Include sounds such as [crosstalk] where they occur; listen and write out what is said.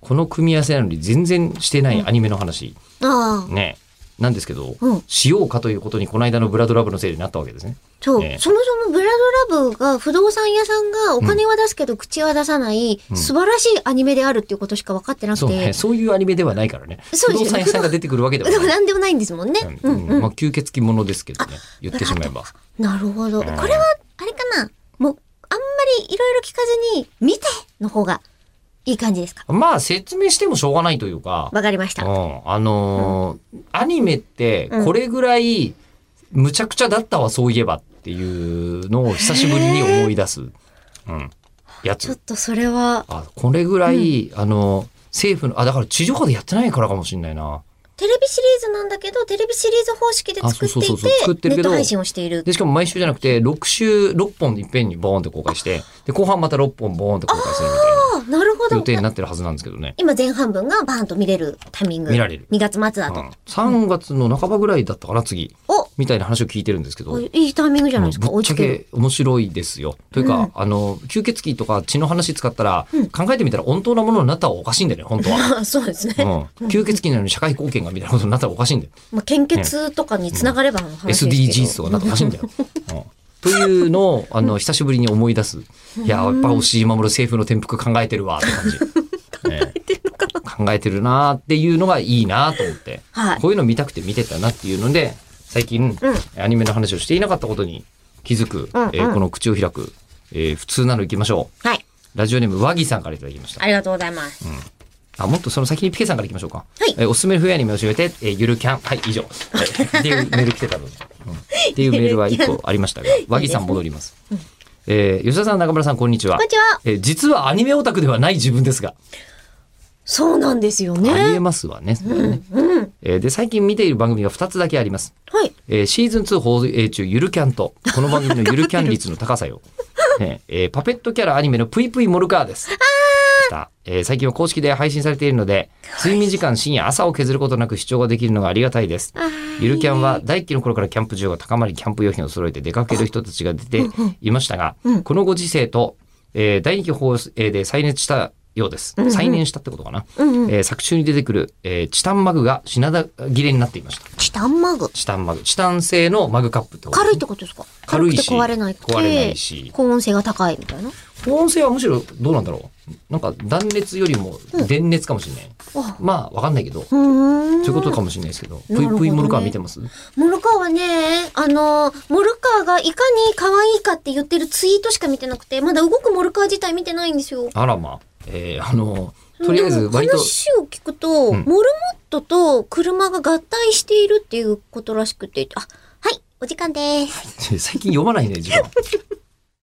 この組み合わせなのに全然してないアニメの話、ああ、ねなんですけど、うんしようかということにこの間のブラドラブのせいになったわけですね。そう、ええそもそもブラドラブが不動産屋さんがお金は出すけど口は出さないうん素晴らしいアニメであるっていうことしか分かってなくて、そうね、そういうアニメではないからね。そう不動ですよ産ね屋さんが出てくるわけではでもない。何でもないんですもんね。ううんんうん。まあ吸血鬼ものですけどね言ってしまえばなるほど。うんこれは、あれかなもう、あんまりいろいろ聞かずに、見ての方がいい感じですかまあ説明してもしょうがないというか、わかりましうた。ん、あのーアニメってこれぐらいむちゃくちゃだったわそういえばっていうのを久しぶりに思い出す、うん、やちょっつとそれは、あこれぐらい、あの政府のあだから地上波でやってないからかもしれないなテレビシリーズなんだけど、テレビシリーズ方式で作ってあそうそうそうそう作っいて、てるネけッどト配信をしている。でしかも毎週じゃなくて6週6本いっぺんにボーンって公開してで後半また6本ボーンって公開するみたいなああ、なるほ予ど。定になってるはずなんですけどね今前半分がバーンと見れるタイミング。見られる2月末だうと。ん、3月の半ばぐらいだったかな次みたいな話を聞いてるんですけど、お、いいタイミングじゃないですか。ぶ追っいちゃつける。け面白いですよ。というか、うんあの吸血鬼とか血の話使ったら、うん考えてみたら温当なものになったらおかしいんだよね本当 [laughs] は。あそうですね。うん、吸血鬼なのに社会貢献がみたいなことになったらおかしいんだよ。まあ、献血とかにつながればの話ですけど。 SDGs とかなったらおかしいんだ [laughs] よ。うんというのをあの久しぶりに思い出す。いややっぱ押井守政府の転覆考えてるわって感 [laughs] じ。ね言ってるのかな考えてるなーっていうのがいいなと思って、はいこういうの見たくて見てたなっていうので最近、アニメの話をしていなかったことに気づく、うんうんえーこの口を開く、えー普通なのいきましょはい。うラジオネーム和木さんからいただきましたありがとうございます。あもっとその先にピケさんからいきましょうか、はいえーおすすめ冬アニメを教えて、えーゆるキャンはい以 [laughs] 上っていうメール来てたので、うんっていうメールは一個ありましたが和木さん戻りますえー吉田さん中村さんこんにちはこんにちは。えー実はアニメオタクではない自分ですがそうなんですよありえね。ますわね。それはねえーで最近見ている番組が2つだけあります。はい。えーシーズン2放映中ゆるキャンとこの番 [laughs] 組のゆるキャン率の高さよ。ねえーパペットキャラアニメのプイプイモルカーです。したえー最近は公式で配信されているので睡眠時間深夜朝を削ることなく視聴ができるのがありがたいです。ゆるキャンは第一期の頃からキャンプ需要が高まりキャンプ用品を揃えて出かける人たちが出ていましたが、うんこのご時世と、えー第二期放映で再燃したようですんうん。再燃したってことかな。うんうん。えー作中に出てくる、えーチタンマグが品田切れになっていました。チタンマグ。チタンマグ。チタン製のマグカップってこと軽いっねてことですか軽軽くいてし壊れないくて壊れないし高温性が高いみたいな高温性はむしろどうなんだろうなんか断熱よりも電熱かもしれない。あまあ、わかんないけど。うーんそういうことかもしれないですけど。なるほどねプイプイモルカー見てますモルカーはねあのモルカーがいかに可愛いかって言ってるツイートしか見てなくてまだ動くモルカー自体見てないんですよあらまあ。えーあの、とりあえずでも割と、話を聞くと、うんモルモットと車が合体しているっていうことらしくてあはいお時間です最近読まないね、時間。